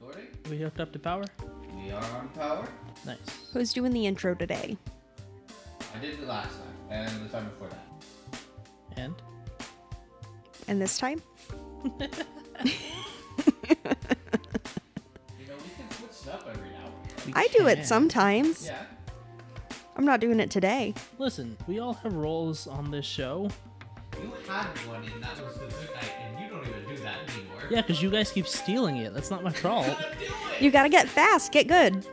Recording? We hooked up to power. We are on power. Nice. Who's doing the intro today? I did it last time, and the time before that. And And this time? You know, we can switch it up every now and then. we I do can. it sometimes. Yeah. I'm not doing it today. Listen, we all have roles on this show. You had one, and that was the good night, and you don't even do that anymore. Yeah, because you guys keep stealing it. That's not my fault. Gotta do it! You gotta get fast, get good.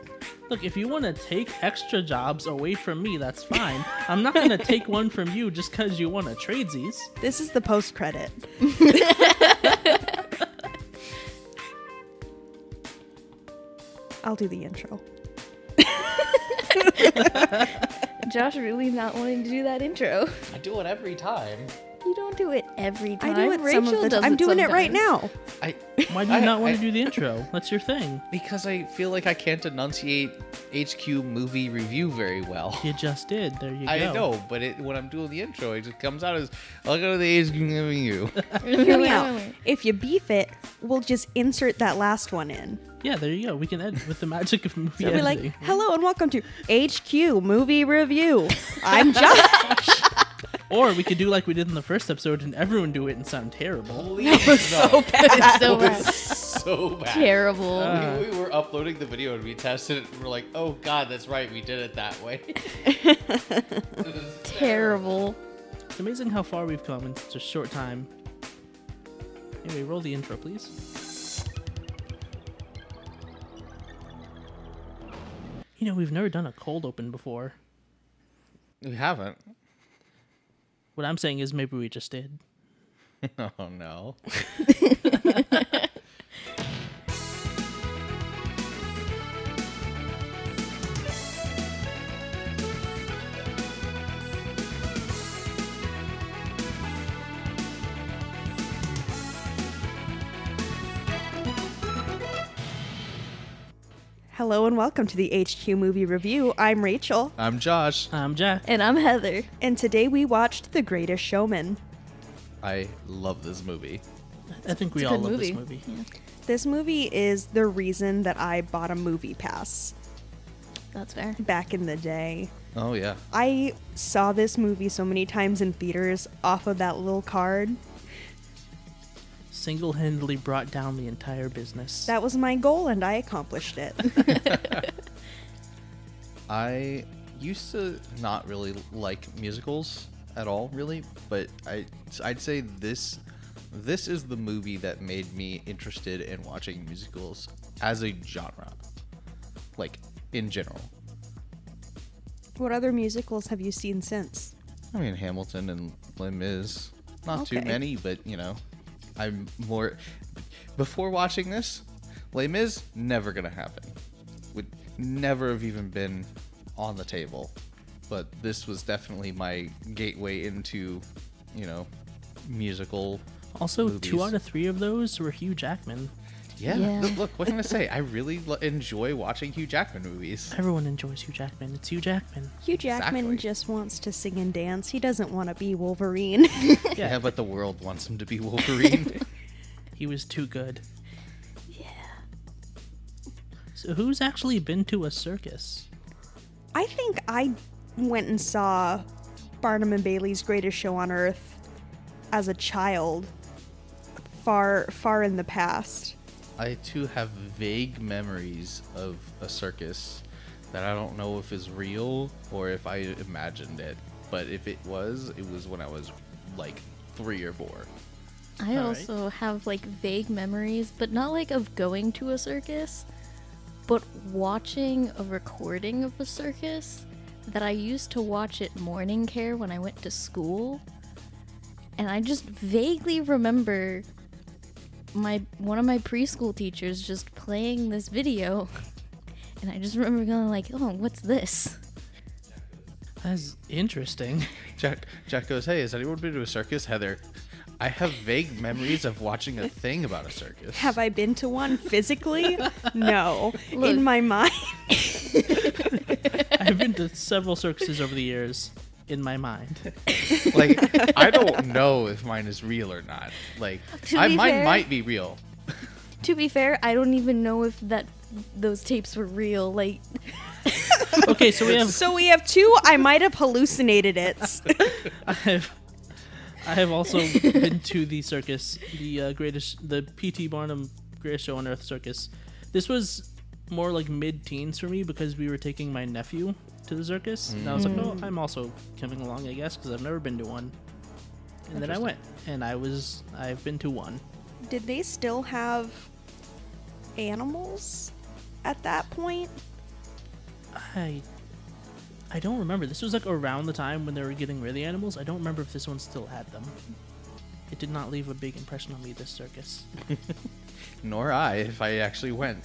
Look, if you want to take extra jobs away from me, that's fine. I'm not gonna take one from you just because you want a tradesies. This is the post credit. I'll do the intro. Josh really not wanting to do that intro. I do it every time. You don't do it every I time. do it Rachel some of the does time. I'm it doing it right sometimes. now. I Why do you I- not want I- to do the intro? That's your thing. because I feel like I can't enunciate HQ movie review very well. You just did. There you I go. know, but it, when I'm doing the intro, it just comes out as "I'll go to the HQ review." Hear me out. If you beef it, we'll just insert that last one in. Yeah, there you go. We can edit with the magic of movie We're editing. like, hello and welcome to HQ Movie Review. I'm Josh. Or we could do like we did in the first episode and everyone do it and sound terrible. that was so bad. It's so bad. so bad. terrible. Uh, we, we were uploading the video and we tested it and we're like, "Oh God, that's right, we did it that way." It is terrible. It's amazing how far we've come in such a short time. Anyway, roll the intro, please. You know, we've never done a cold open before. we haven't. What I'm saying is maybe we just did. Oh no. hello and welcome to the HQ Movie Review. I'm Rachel, I'm Josh. I'm Um, Jack. And I'm Heather. and today we watched The Greatest Showman. I love this movie. I think we a all good love this movie. movie. This movie is the reason that I bought a movie pass That's fair. back in the day. Oh yeah. I saw this movie so many times in theaters off of that little card. Single handedly brought down the entire business. That was my goal, and I accomplished it. I used to not really like musicals at all, really, but I I'd say this this is the movie that made me interested in watching musicals as a genre, like in general. what other musicals have you seen since? I mean, Hamilton and Lin Mis, not too Okay. many, but you know, I'm more before watching this. Les Mis never gonna happen. Would never have even been on the table, but this was definitely my gateway into, you know, musical. also, two movies. out of three of those were Hugh Jackman. Yeah, Yeah. look, look, what can I say? I really lo- enjoy watching Hugh Jackman movies. Everyone enjoys Hugh Jackman. It's Hugh Jackman. Hugh Jackman Exactly. just wants to sing and dance. He doesn't want to be Wolverine. Yeah, but the world wants him to be Wolverine. He was too good. Yeah. So, who's actually been to a circus? I think I went and saw Barnum and Bailey's Greatest Show on Earth as a child, far far in the past. I too have vague memories of a circus that I don't know if is real or if I imagined it. But if it was, it was when I was like three or four. I All right. also have like vague memories, but not like of going to a circus, but watching a recording of a circus that I used to watch at morning care when I went to school. And I just vaguely remember my one of my preschool teachers just playing this video. And I just remember going like, "Oh, what's this?" That's interesting. Jack Jack goes, "Hey, has anyone been to a circus, Heather?" I have vague memories of watching a thing about a circus. Have I been to one physically? no. Look. In my mind, I've been to several circuses over the years in my mind. like I don't know if mine is real or not. Like To I, be mine fair- might be real. To be fair, I don't even know if that those tapes were real. Like, Okay, so we have, So we have two. I might have hallucinated it. I have, I have also been to the circus, the uh, greatest, the P.T. Barnum Greatest Show on Earth circus. This was more like mid-teens for me because we were taking my nephew to the circus, and I was like, oh, I'm also coming along, I guess, because I've never been to one. And then I went, and I was, I've been to one. Did they still have animals at that point? I I don't remember. This was like around the time when they were getting rid of the animals. I don't remember if this one still had them. It did not leave a big impression on me. This circus, Nor I, if I actually went.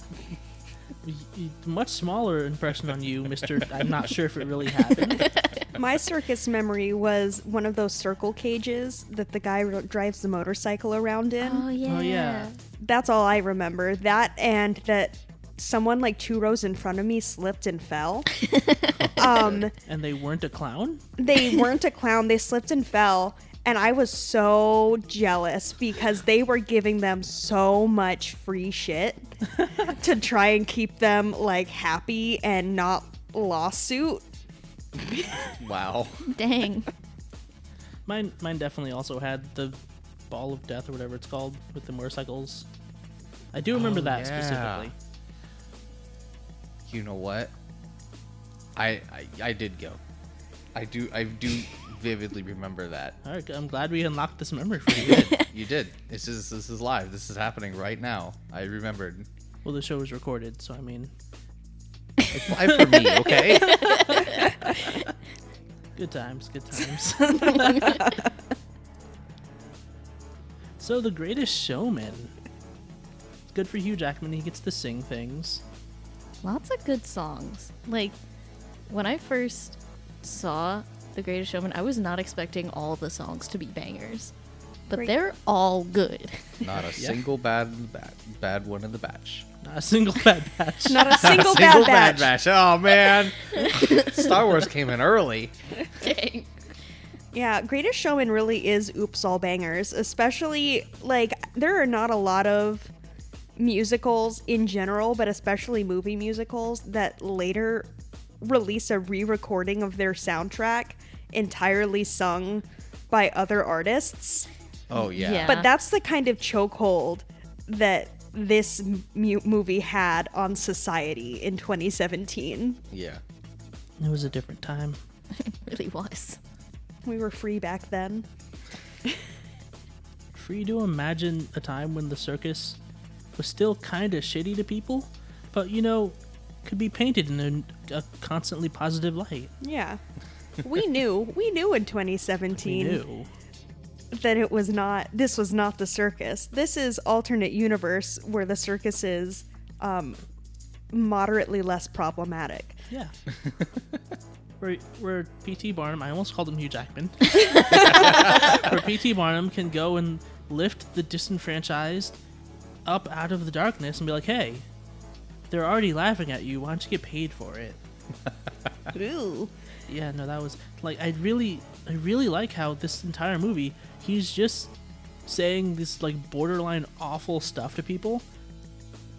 Y- y- much smaller impression on you, Mister. I'm not sure if it really happened. My circus memory was one of those circle cages that the guy ro- drives the motorcycle around in. oh yeah, yeah. That's all I remember. That and that someone like two rows in front of me slipped and fell. um, And they weren't a clown. they weren't a clown, they slipped and fell. And I was so jealous because they were giving them so much free shit to try and keep them like happy and not lawsuit. Wow. Dang. Mine, mine definitely also had the ball of death or whatever it's called with the motorcycles. I do remember Oh, that yeah. specifically. You know what? I I, I did go. I do I do vividly remember that. All right, I'm glad we unlocked this memory for you. You did. This is this is live. This is happening right now. I remembered. well, the show was recorded, so I mean, It's live for me, okay? Good times, good times. so the greatest showman. It's good for Hugh Jackman, he gets to sing things. Lots of good songs. Like, when I first saw The Greatest Showman, I was not expecting all the songs to be bangers, but Right. they're all good. Not a single bad bad bad one in the batch. Not a single bad batch. Not a single, a single bad bad batch. batch. Oh man. Star Wars came in early. Dang. Yeah, Greatest Showman really is oops all bangers, especially like there are not a lot of musicals in general, but especially movie musicals that later release a re-recording of their soundtrack entirely sung by other artists. Oh yeah. Yeah. But that's the kind of chokehold that this mu- movie had on society in 2017. Yeah. It was a different time. really was. We were free back then. Free to imagine a time when the circus was still kinda shitty to people, but you know, could be painted in a, a constantly positive light. Yeah. We knew, we knew in 2017 We knew. that it was not this was not the circus this is alternate universe where the circus is um moderately less problematic Yeah. where, where P.T. Barnum, I almost called him Hugh Jackman, where P.T. Barnum can go and lift the disenfranchised up out of the darkness and be like, hey, they're already laughing at you. Why don't you get paid for it? ooh Yeah, no, that was like I really, I really like how this entire movie he's just saying this like borderline awful stuff to people,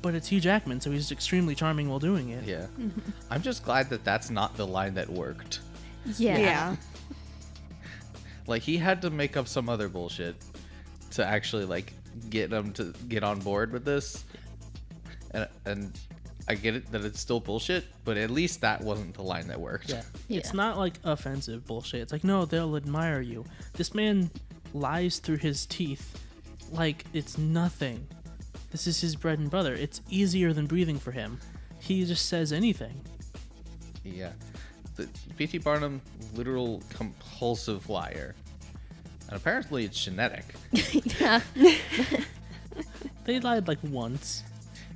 but it's Hugh Jackman, so he's extremely charming while doing it. Yeah. I'm just glad that that's not the line that worked. Yeah. yeah Like he had to make up some other bullshit to actually like get them to get on board with this. And and I get it that it's still bullshit, but at least that wasn't the line that worked. Yeah. It's Yeah. not like offensive bullshit. It's like, no, they'll admire you. This man lies through his teeth like it's nothing. This is his bread and butter. It's easier than breathing for him. He just says anything. Yeah. The BT Barnum literal compulsive liar. And apparently it's genetic. yeah. They lied like once.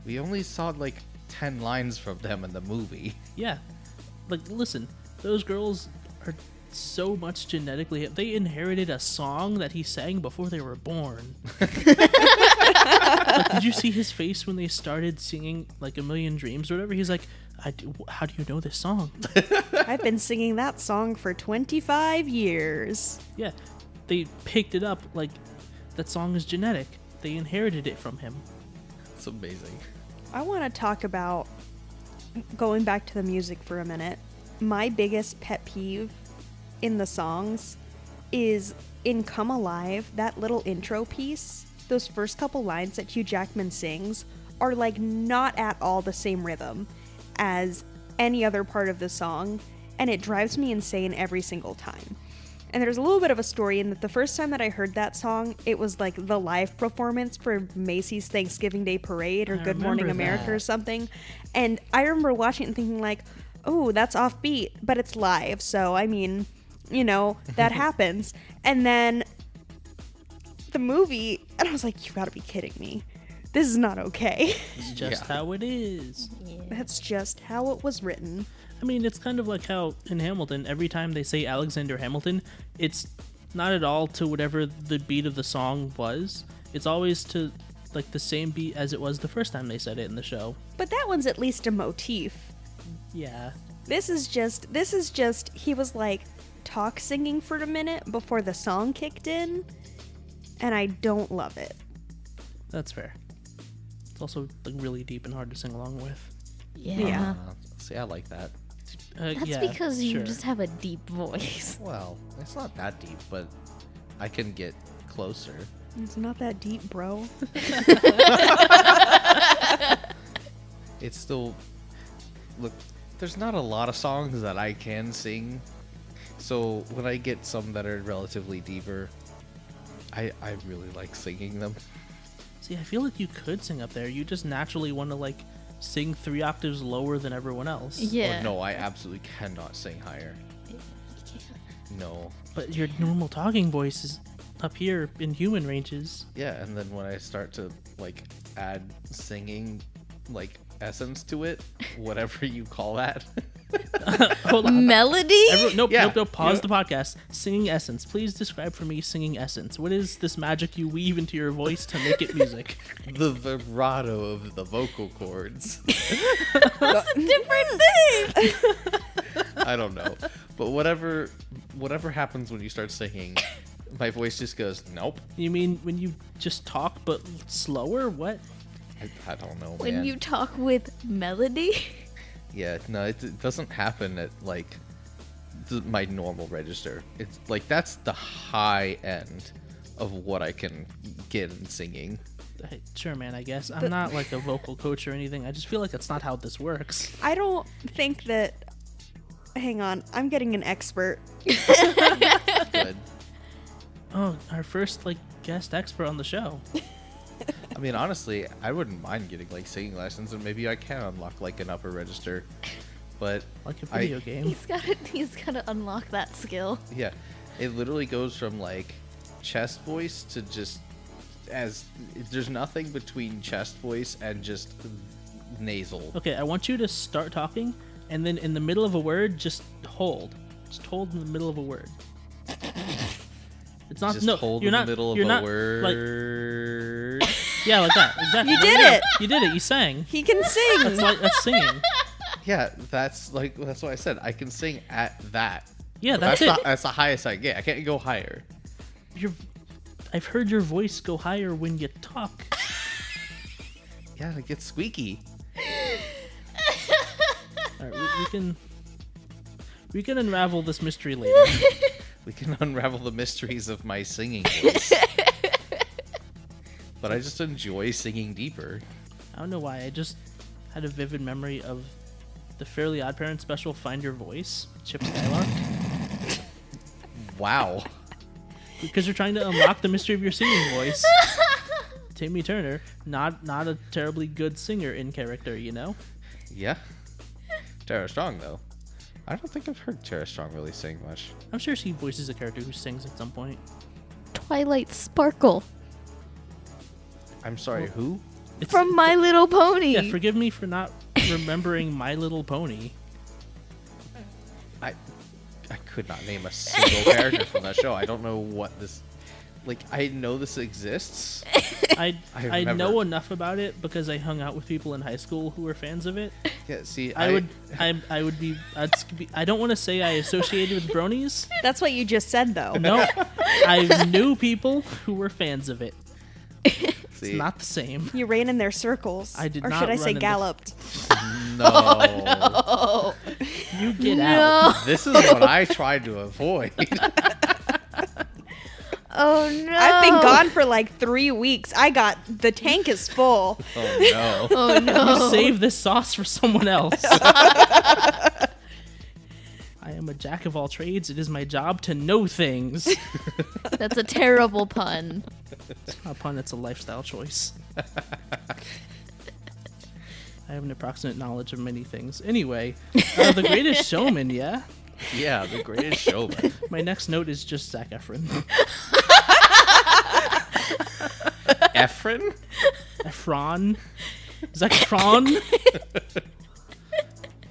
We only saw like 10 lines from them in the movie. Yeah. Like, listen, those girls are so much genetically. They inherited a song that he sang before they were born. like, did you see his face when they started singing, like, A Million Dreams or whatever? He's like, I do, how do you know this song? i've been singing that song for 25 years Yeah, they picked it up. Like that song is genetic. They inherited it from him. That's amazing. I want to talk about going back to the music for a minute. My biggest pet peeve in the songs is in Come Alive, that little intro piece, those first couple lines that Hugh Jackman sings are like not at all the same rhythm as any other part of the song, and it drives me insane every single time. And there's a little bit of a story in that the first time that I heard that song, it was like the live performance for Macy's Thanksgiving Day Parade or I Good Morning remember America or that. something. And I remember watching it and thinking like, "Oh, that's offbeat, but it's live." So, I mean, you know, that happens. And then the movie, and I was like, "You got to be kidding me. This is not okay." It's just Yeah. how it is. Yeah. That's just how it was written. I mean, it's kind of like how in Hamilton, every time they say Alexander Hamilton, it's not at all to whatever the beat of the song was. It's always to like the same beat as it was the first time they said it in the show. But that one's at least a motif. Yeah. This is just this is just he was like talk singing for a minute before the song kicked in and I don't love it. That's fair. It's also like really deep and hard to sing along with. Yeah. Uh, see, I like that. Uh, That's yeah, because you sure. just have a deep voice. Well, it's not that deep, but I can get closer. It's not that deep, bro. It's still look. There's not a lot of songs that I can sing, so when I get some that are relatively deeper, I I really like singing them. See, I feel like you could sing up there. You just naturally want to like sing three octaves lower than everyone else. Yeah. Oh, no, I absolutely cannot sing higher. No. But your normal talking voice is up here in human ranges. Yeah, and then when I start to like add singing, like essence to it, whatever you call that. Hold on. Melody? Every- nope, Yeah. nope, nope. Pause the podcast. Singing essence. Please describe for me singing essence. What is this magic you weave into your voice to make it music? the vibrato of the vocal cords. Different thing. I don't know. But whatever whatever happens when you start singing, my voice just goes, Nope. you mean when you just talk but slower? What? I, I don't know. when man. you talk with melody? Yeah, no, it, it doesn't happen at like th- my normal register. It's like that's the high end of what I can get in singing. Hey, Sure, man. I guess I'm not like a vocal coach or anything. I just feel like that's not how this works. I don't think that hang on, I'm getting an expert. Good. Oh, our first like guest expert on the show. I mean, honestly, I wouldn't mind getting like singing lessons, and maybe I can unlock like an upper register. But Like a I- video game. He's gotta he's gotta unlock that skill. yeah, it literally goes from like chest voice to just as there's nothing between chest voice and just nasal. Okay, I want you to start talking and then in the middle of a word just hold. Just hold in the middle of a word. It's not Just no, hold you're in not, the middle of you're a not, like, word. Yeah, like that. Exactly. You There did go. it. You did it. You sang. He can That's sing. like that's singing. Yeah, that's like that's what I said. I can sing at that. Yeah, But that's, not- it. that's the highest I get. I can't go higher. Your, I've heard your voice go higher when you talk. Yeah, it gets squeaky. All right, we, we can we can unravel this mystery later. We can unravel the mysteries of my singing voice. but I just enjoy singing deeper. I don't know why. I just had a vivid memory of the Fairly Odd Parents special "Find Your Voice," Chip Skylark, Wow. because you're trying to unlock the mystery of your singing voice. Timmy Turner, not not a terribly good singer in character, you know. Yeah. Tara Strong though. I don't think I've heard Tara Strong really sing much. I'm sure she voices a character who sings at some point. Twilight Sparkle I'm sorry, who? It's, from My Little Pony. yeah, forgive me for not remembering My Little Pony. I I could not name a single character from that show. I don't know what this like I know this exists. I I I, remember. know enough about it because I hung out with people in high school who were fans of it. Yeah, see, I, would I I would be I'd s- be- I don't want to say I associated with bronies. That's what you just said though. No, I knew people who were fans of it. See, It's not the same. You ran in their circles. I did or not should I say run in the- galloped? no. You get out. No. This is what I tried to avoid. Oh no. I've been gone for like three weeks. I got the tank is full. oh no. Oh You no. save this sauce for someone else. I am a jack of all trades. It is my job to know things. That's a terrible pun. It's not a pun, it's a lifestyle choice. I have an approximate knowledge of many things. Anyway, uh, the greatest showman, yeah? Yeah, the greatest showman. My next note is just Zach Efron. Efren? Efron? Zac Efron?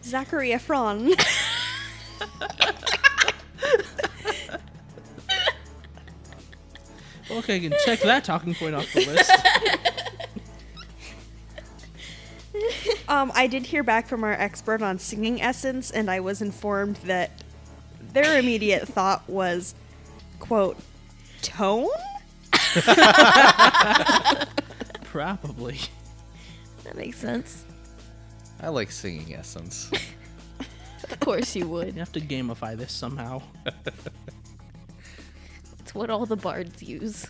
Zachary Efron. Okay, I can check that talking point off the list. Um, I did hear back from our expert on singing essence, and I was informed that their immediate thought was, quote, tone? Probably. That makes sense. I like singing essence. Of course you would. You have to gamify this somehow. It's what all the bards use.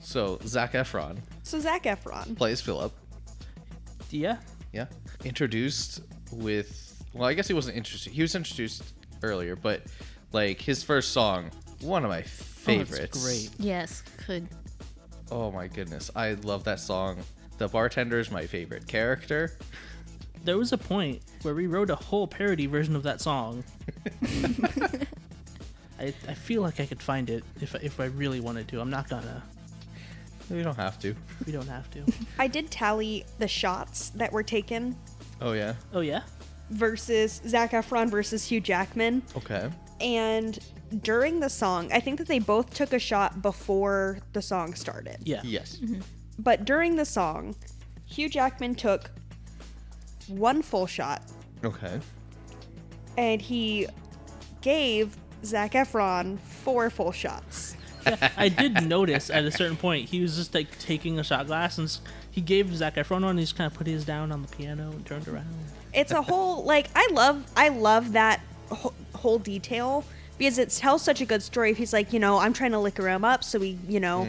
So Zach Efron So Zach Efron. plays Philip. Yeah? Oh, Yeah. Introduced with well, I guess he wasn't introduced. He was introduced earlier, but like his first song, one Oh, of my favorites. great. Yes, could. Oh my goodness. I love that song. The bartender is my favorite character. There was a point where we wrote a whole parody version of that song. I, I feel like I could find it if, I- if I really wanted to. I'm not gonna. You don't have to. We don't have to. I did tally the shots that were taken Oh yeah. Oh, yeah? versus Zach Efron versus Hugh Jackman. Okay. And during the song, I think that they both took a shot before the song started. Yeah. Yes. Mm-hmm. But during the song, Hugh Jackman took one full shot Okay. and he gave Zach Efron four full shots. I did notice at a certain point he was just like taking a shot glass and s- he gave Zac Efron one. And he just kind of put his down on the piano and turned around. It's a whole like I love I love that wh- whole detail because it tells such a good story. If he's like, you know, I'm trying to liquor him up, so he, you know,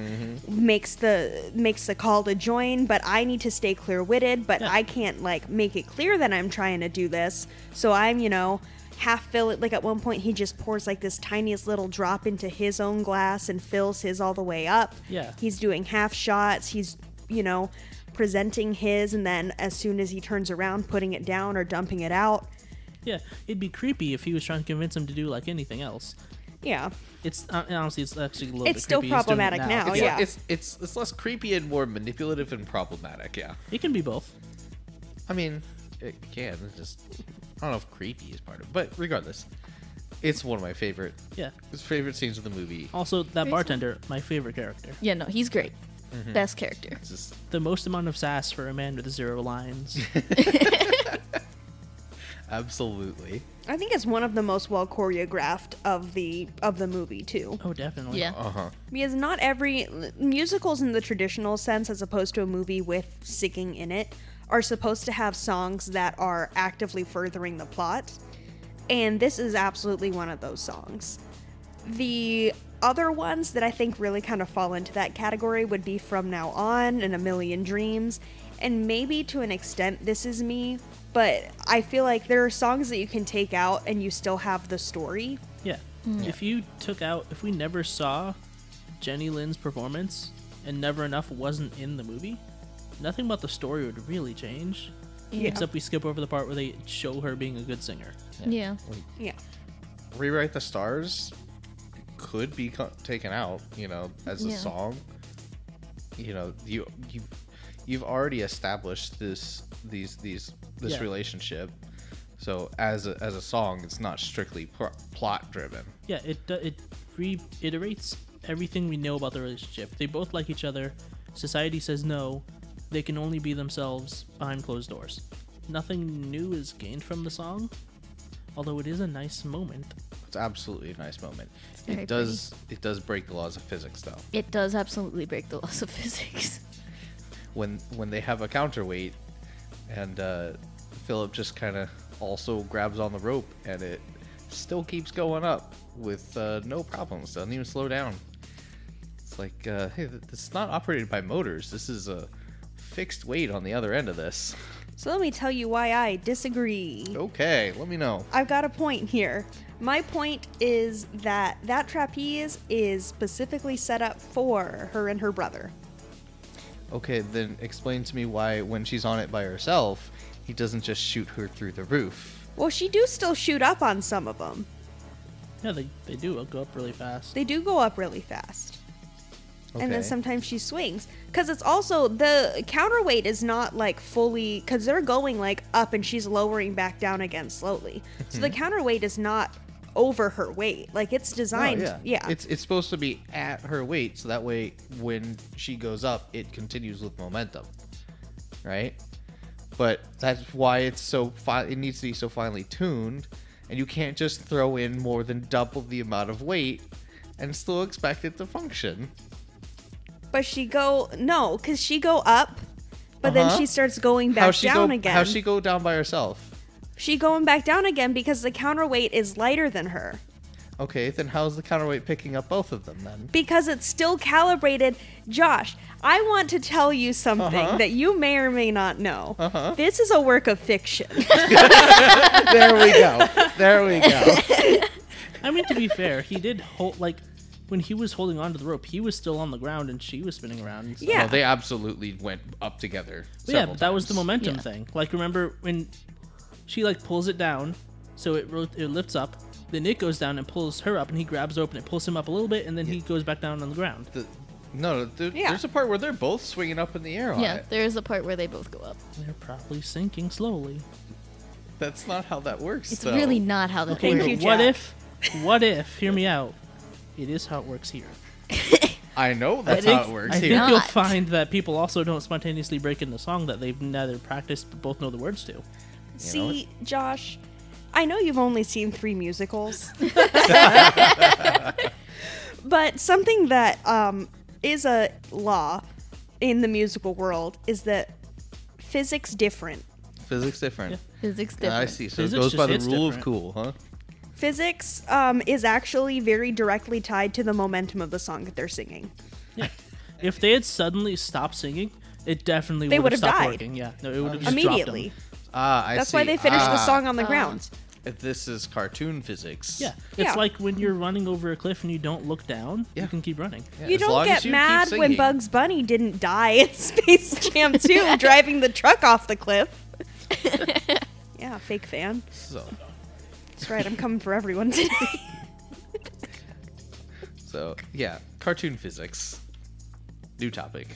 makes the makes the call to join, but I need to stay clear witted, but Yeah. I can't like make it clear that I'm trying to do this. So I'm, you know, half fill it. Like at one point, he just pours like this tiniest little drop into his own glass and fills his all the way up. Yeah. he's doing half shots. He's, you know, presenting his, and then as soon as he turns around, putting it down or dumping it out. Yeah, it'd be creepy if he was trying to convince him to do like anything else. Yeah, It's uh, honestly, it's actually a little. It's bit still creepy he's doing it problematic now, now. Oh, It's- yeah. It's it's it's less creepy and more manipulative and problematic. Yeah. It can be both. I mean, it can. It just I don't know if creepy is part of it, but regardless, it's one of my favorite Yeah. his favorite scenes of the movie. Oh. Also, that Reason- bartender, my favorite character. Yeah, no, he's great. Best character. It's just The most amount of sass for a man with zero lines. absolutely. I think it's one of the most well choreographed of the of the movie too. oh, definitely. Yeah. Uh huh. Because not every musicals in the traditional sense, as opposed to a movie with singing in it, are supposed to have songs that are actively furthering the plot. And this is absolutely one of those songs. The other ones that I think really kind of fall into that category would be From Now On and A Million Dreams. And maybe to an extent, This Is Me. But I feel like there are songs that you can take out and you still have the story. Yeah. If you took out, if we never saw Jenny Lynn's performance and Never Enough wasn't in the movie, nothing about the story would really change. Yeah. Except we skip over the part where they show her being a good singer. Yeah. Yeah. Rewrite the stars could be co- taken out. You know, as a Yeah. song. You know, you you you've already established this these these this Yeah. relationship. So as a, as a song, it's not strictly pl- plot driven. Yeah, it do- it reiterates everything we know about the relationship. They both like each other. Society says no. They can only be themselves behind closed doors. Nothing new is gained from the song, although it is a nice moment. It's absolutely a nice moment. very It does it does break the laws of physics though. It does absolutely break the laws of physics. when when they have a counterweight, and uh, Philip just kind of also grabs on the rope, and it still keeps going up with uh, no problems. Doesn't even slow down. It's like, uh, hey, th- it's not operated by motors. This is a fixed weight on the other end of this. So let me tell you why I disagree. Okay, let me know. I've got a point here. My point is that that trapeze is specifically set up for her and her brother. Okay, then explain to me why when she's on it by herself, he doesn't just shoot her through the roof. Well, she do still shoot up on some of them. Yeah, they, they do go up really fast. They do go up really fast. Okay. And then sometimes she swings because it's also the counterweight is not like fully because they're going like up and she's lowering back down again slowly. So the counterweight is not over her weight. Like it's Oh, designed, yeah. It's it's supposed to be at her weight, so that way when she goes up, it continues with momentum, right? But that's why it's so fi- it needs to be so finely tuned, and you can't just throw in more than double the amount of weight and still expect it to function. but she go no because she go up, but then Uh-huh. she starts going back How she down go, again. How she go down by herself? She going back down again because the counterweight is lighter than her. Okay, then how's the counterweight picking up both of them then? Because it's still calibrated. Josh, I want to tell you something Uh-huh. that you may or may not know. Uh-huh. This is a work of fiction. there we go. There we go. I mean, to be fair, he did hold like when he was holding onto the rope, he was still on the ground and she was spinning around. and stuff. Yeah. No, they absolutely went up together. But yeah, several but that was the times. momentum Yeah. thing. Like, remember when she like pulls it down, so it ro- it lifts up. Then it goes down and pulls her up, and he grabs open. It pulls him up a little bit, and then he goes back down on the ground. The, no, no, there, Yeah. there's a part where they're both swinging up in the air on Yeah, it. there is a part where they both go up. They're probably sinking slowly. That's not how that works. It's though. really not how that Okay, Thank but works. you, what Jack. if? What if? Hear me out. It is how it works here. I know that's I think, how it works I here. think you'll Not. find that people also don't spontaneously break into song that they've neither practiced but both know the words to. See, Josh, I know you've only seen three musicals, but something that um, is a law in the musical world is that physics different. Physics different. Physics Yeah, different. I see. So Physics it goes by the just hits rule of different. cool, huh? Physics um, is actually very directly tied to the momentum of the song that they're singing. If they had suddenly stopped singing, it definitely They would have would've stopped died. working. Yeah, no, it would have Immediately. Ah, I That's see. why they finished the Ah, song on the Ah. ground. This is cartoon physics. Yeah, it's Yeah. like when you're running over a cliff and you don't look down, Yeah. you can keep running. Yeah, You as don't long get as you keep mad when singing. Bugs Bunny didn't die in Space Jam 2 driving the truck off the cliff. yeah, fake fan. So, That's right, I'm coming for everyone today. so yeah, cartoon physics. New topic.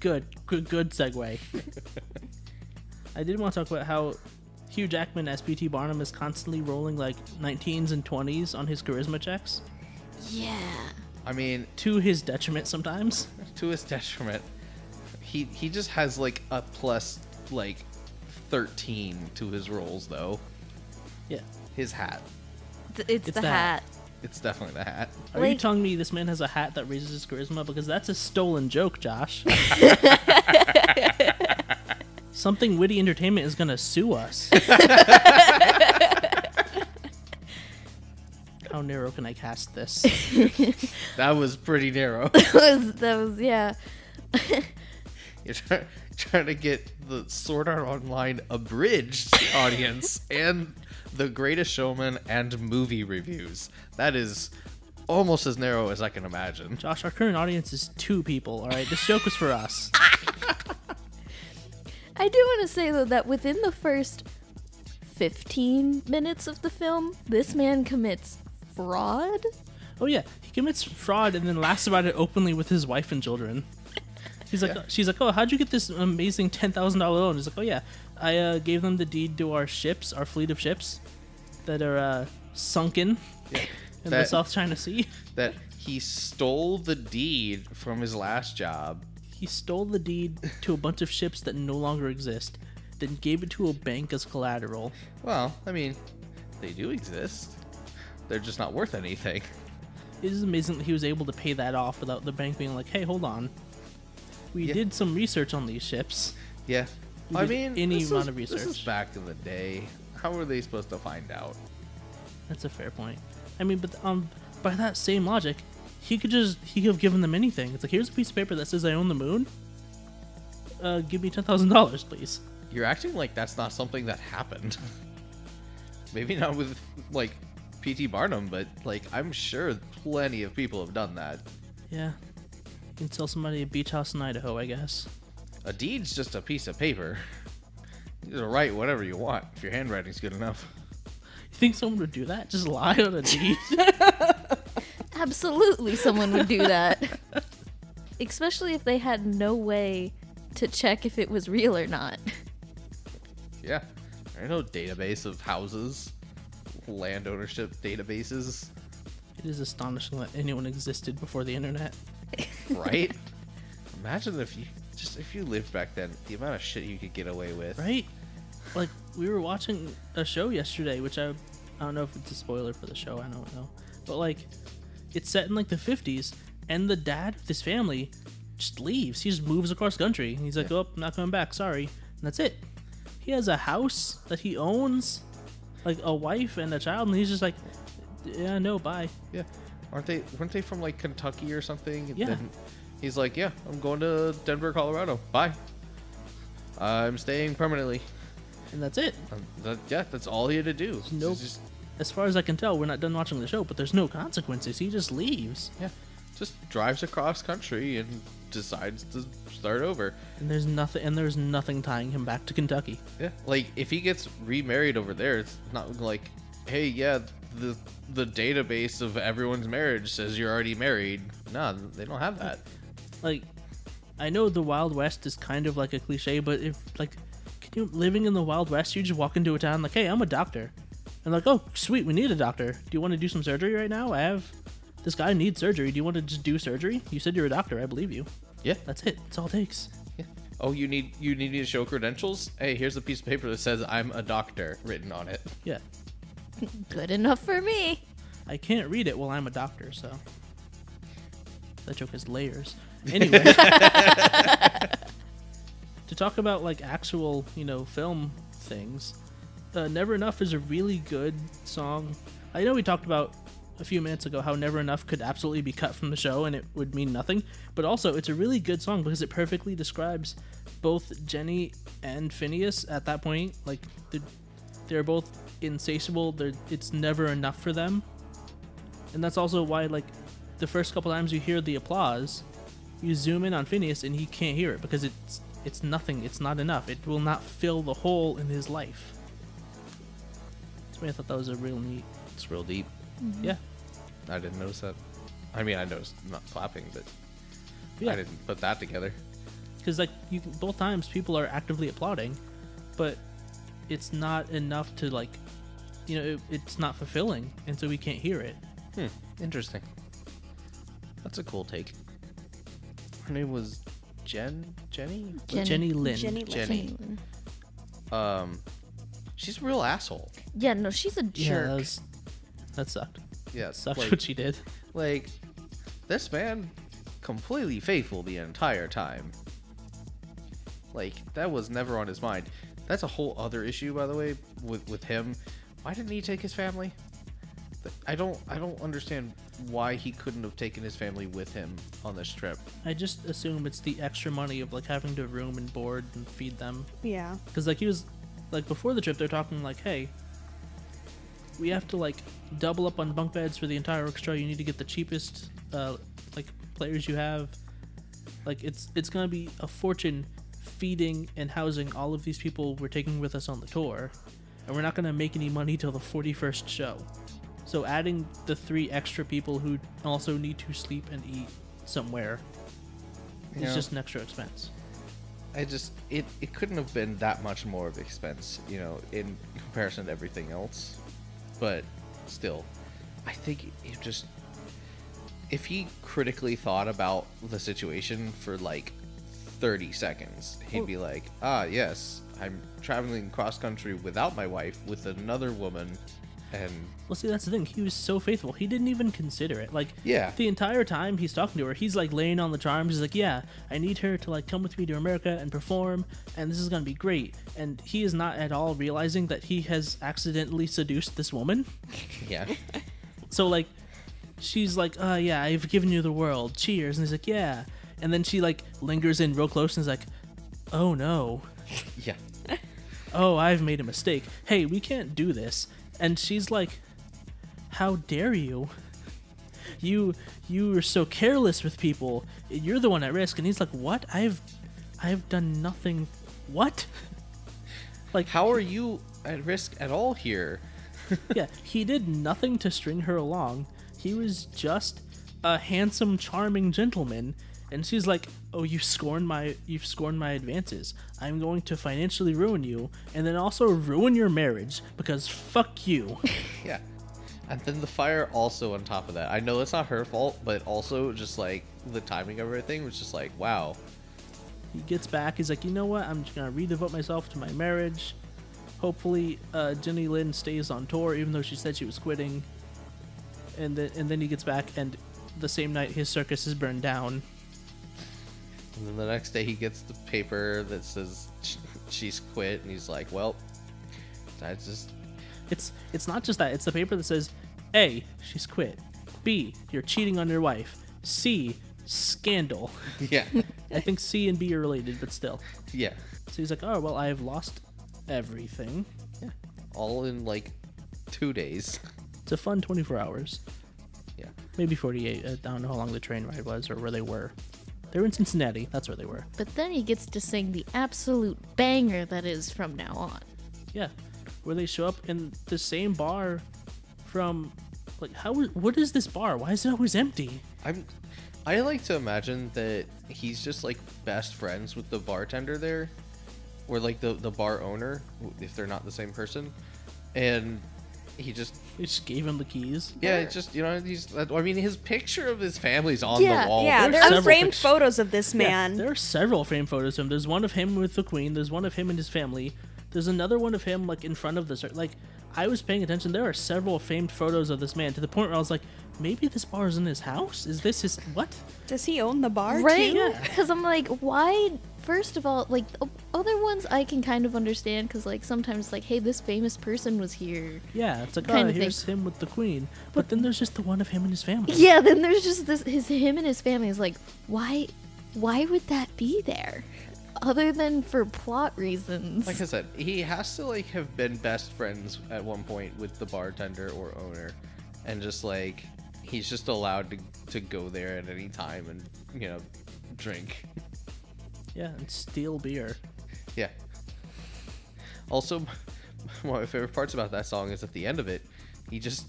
Good, good, good segue. I did want to talk about how Hugh Jackman as P.T. Barnum is constantly rolling like 19s and 20s on his charisma checks Yeah. I mean, to his detriment sometimes. to his detriment, he he just has like a plus like thirteen to his rolls though. Yeah. His hat. It's, it's It's the the hat. hat. It's definitely the hat. Are you Like- telling me this man has a hat that raises his charisma? Because that's a stolen joke, Josh. Something witty entertainment is gonna sue us. How narrow can I cast this? That was pretty narrow. that was that was yeah. You're try, trying to get the Sword Art Online abridged audience and the Greatest Showman and movie reviews. That is almost as narrow as I can imagine. Josh, our current audience is two people. All right, this joke was for us. I do want to say though that within the first 15 minutes of the film, this man commits fraud. Oh yeah, he commits fraud and then laughs about it openly with his wife and children. He's like, Yeah. she's like, oh, how'd you get this amazing ten thousand dollar loan? He's like, oh yeah, I uh, gave them the deed to our ships, our fleet of ships that are uh, sunken in the That- South China Sea. That he stole the deed from his last job. He stole the deed to a bunch of ships that no longer exist, then gave it to a bank as collateral. Well, I mean, they do exist. They're just not worth anything. It is amazing that he was able to pay that off without the bank being like, hey, hold on. We Yeah. did some research on these ships. Yeah. We I did mean, any this amount is- of This is research. back in the day. How were they supposed to find out? That's a fair point. I mean, but um, by that same logic, he could just he could have given them anything. It's like here's a piece of paper that says I own the moon. Uh, give me ten thousand dollars, please. You're acting like that's not something that happened. Maybe not with like P.T. Barnum, but like I'm sure plenty of people have done that. Yeah, you can sell somebody a beach house in Idaho, I guess. A deed's just a piece of paper. You can write whatever you want if your handwriting's good enough. You think someone would do that? Just lie on a deed? Absolutely, someone would do that. Especially if they had no way to check if it was real or not. Yeah. There ain't no database of houses, land ownership databases, it is astonishing that anyone existed before the internet. right? Imagine if you just if you lived back then, the amount of shit you could get away with. Right? Like we were watching a show yesterday, which I I don't know if it's a spoiler for the show, I don't know. But like it's set in like the fifties and the dad of this family just leaves. He just moves across country and he's like, Oh, I'm not coming back, sorry. And that's it. He has a house that he owns, like a wife and a child, and he's just like Yeah, no, bye. Yeah. Aren't they weren't they from like Kentucky or something? And Yeah. he's like, Yeah, I'm going to Denver, Colorado. Bye. I'm staying permanently. And that's it. Um, that, yeah, that's all he had to do. Nope. Just, As far as I can tell, we're not done watching the show, but there's no consequences. He just leaves. yeah, just drives across country and decides to start over. And there's nothing and there's nothing tying him back to Kentucky. Yeah, like if he gets remarried over there, it's not like, hey, yeah, the the database of everyone's marriage says you're already married. No, they don't have that. like I know the Wild West is kind of like a cliche, but if like can you living in the Wild West, you just walk into a town like, hey, I'm a doctor, and like, oh sweet, we need a doctor. Do you want to do some surgery right now? I have this guy needs surgery. Do you want to just do surgery? You said you're a doctor. I believe you. Yeah. That's it. That's all it takes. yeah. Oh, you need you need to show credentials. Hey, here's a piece of paper that says I'm a doctor written on it. Yeah. Good enough for me. I can't read it while I'm a doctor, so that joke is layers. Anyway, to talk about like actual, you know, film things, uh, "Never Enough" is a really good song. I know we talked about a few minutes ago how "Never Enough" could absolutely be cut from the show and it would mean nothing, but also it's a really good song because it perfectly describes both Jenny and Phineas at that point. Like they're, they're both insatiable. They're, it's never enough for them and that's also why like the first couple times you hear the applause you zoom in on phineas and he can't hear it because it's it's nothing it's not enough it will not fill the hole in his life to me i thought that was a real neat It's real deep. yeah I didn't notice that. I mean, I noticed not clapping, but I yeah didn't put that together. because like you can- both times people are actively applauding but it's not enough to like you know it, it's not fulfilling and so we can't hear it Hmm. Interesting. That's a cool take. Her name was Jen. Jenny. Jenny, lynn Jenny Lynn. Jenny. Um, she's a real asshole. Yeah, no, she's a yeah that, jerk. was, that sucked Yeah, sucked like, what she did like this man, completely faithful the entire time. Like that was never on his mind. That's a whole other issue, by the way, with with him. Why didn't he take his family? Th- I don't I don't understand why he couldn't have taken his family with him on this trip. I just assume it's the extra money of like having to room and board and feed them. Yeah. Because like he was, like before the trip, they're talking like, hey, we have to like double up on bunk beds for the entire orchestra. You need to get the cheapest, uh, like players you have. Like it's it's gonna be a fortune feeding and housing all of these people we're taking with us on the tour, and we're not gonna make any money till the forty first show. So adding the three extra people who also need to sleep and eat somewhere You it's know? just an extra expense. I just it it couldn't have been that much more of expense, you know, in comparison to everything else. But still, I think it just if he critically thought about the situation for like 30 seconds, he'd be like, "Ah, yes, I'm traveling cross country without my wife with another woman and Well, see, that's the thing. He was so faithful. He didn't even consider it. Like, Yeah. the entire time he's talking to her, he's like laying on the charms. He's like, "Yeah, I need her to like come with me to America and perform, and this is gonna be great." And he is not at all realizing that he has accidentally seduced this woman. yeah, So like, she's like, "Uh, yeah, I've given you the world. Cheers." And he's like, "Yeah," and then she like lingers in real close and is like, "Oh no." yeah. oh, I've made a mistake. Hey, we can't do this. And she's like, how dare you? You you are so careless with people. You're the one at risk. And he's like, what? I've I've done nothing. What? Like How are you at risk at all here? yeah, he did nothing to string her along. He was just a handsome, charming gentleman. And she's like, "Oh, you scorn my you've scorned my advances. I'm going to financially ruin you and then also ruin your marriage because fuck you." Yeah. And then the fire also on top of that. I know that's not her fault, but also just like the timing of everything was just like, wow. he gets back. He's like, "You know what? I'm just going to redevote myself to my marriage. Hopefully, uh, Jenny Lynn stays on tour even though she said she was quitting." And then and then he gets back and the same night his circus is burned down. And then the next day he gets the paper that says sh- she's quit, and he's like, well, I just It's it's not just that. It's the paper that says, "A, she's quit. B, you're cheating on your wife. C, scandal." yeah, I think C and B are related, but still. yeah, So he's like, "Oh well, I have lost everything." all in like two days. It's a fun 24 hours, Yeah, maybe 48. I don't know how long the train ride was or where they were. They were in Cincinnati. That's where they were. But then he gets to sing the absolute banger that is from now on. Yeah, where they show up in the same bar from like how what is this bar? Why is it always empty? I'm. I like to imagine that he's just like best friends with the bartender there, or like the the bar owner if they're not the same person, and he just They just gave him the keys. Yeah, it's just you know he's. I mean, his picture of his family's on Yeah, the wall. yeah, there's there are several framed pictures. photos of this Yeah, man. there are several frame photos of him. There's one of him with the queen. There's one of him and his family. There's another one of him like in front of the cir- like. I was paying attention. There are several famed photos of this man to the point where I was like, maybe this bar is in his house. Is this his what? Does he own the bar right? too? Because I'm like, why? First of all, like o- other ones I can kind of understand because like sometimes like, hey, this famous person was here. Yeah, it's like Kind oh, of thing. here's him with the queen. But then there's just the one of him and his family. Yeah. Then there's just this his him and his family is like, why? Why would that be there? Other than for plot reasons. Like I said, he has to like have been best friends at one point with the bartender or owner, and just like he's just allowed to to go there at any time and you know drink. Yeah, and steel beer. Yeah. Also, one of my favorite parts about that song is at the end of it, he just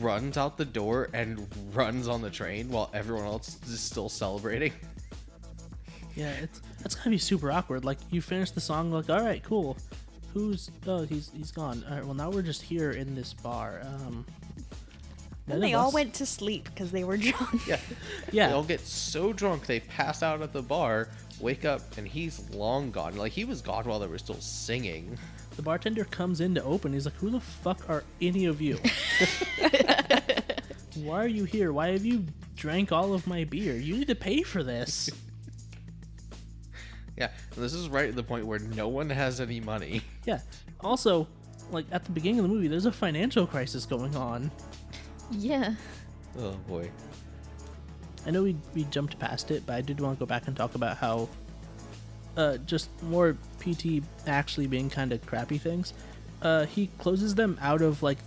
runs out the door and runs on the train while everyone else is still celebrating. Yeah, it's that's gotta be super awkward. Like you finish the song, like all right, cool. Who's oh he's he's gone. All right, well now we're just here in this bar. Um, none And they of all us- went to sleep because they were drunk. Yeah. Yeah, They all get so drunk they pass out at the bar, wake up, and he's long gone. Like he was gone while they were still singing. the bartender comes in to open. He's like, who the fuck are any of you? Why are you here? Why have you drank all of my beer? You need to pay for this. Yeah, and this is right at the point where no one has any money. Yeah. Also, like at the beginning of the movie, there's a financial crisis going on. yeah. Oh boy. I know we, we jumped past it, but I did want to go back and talk about how uh, just more PT actually being kind of crappy things. Uh, he closes them out of like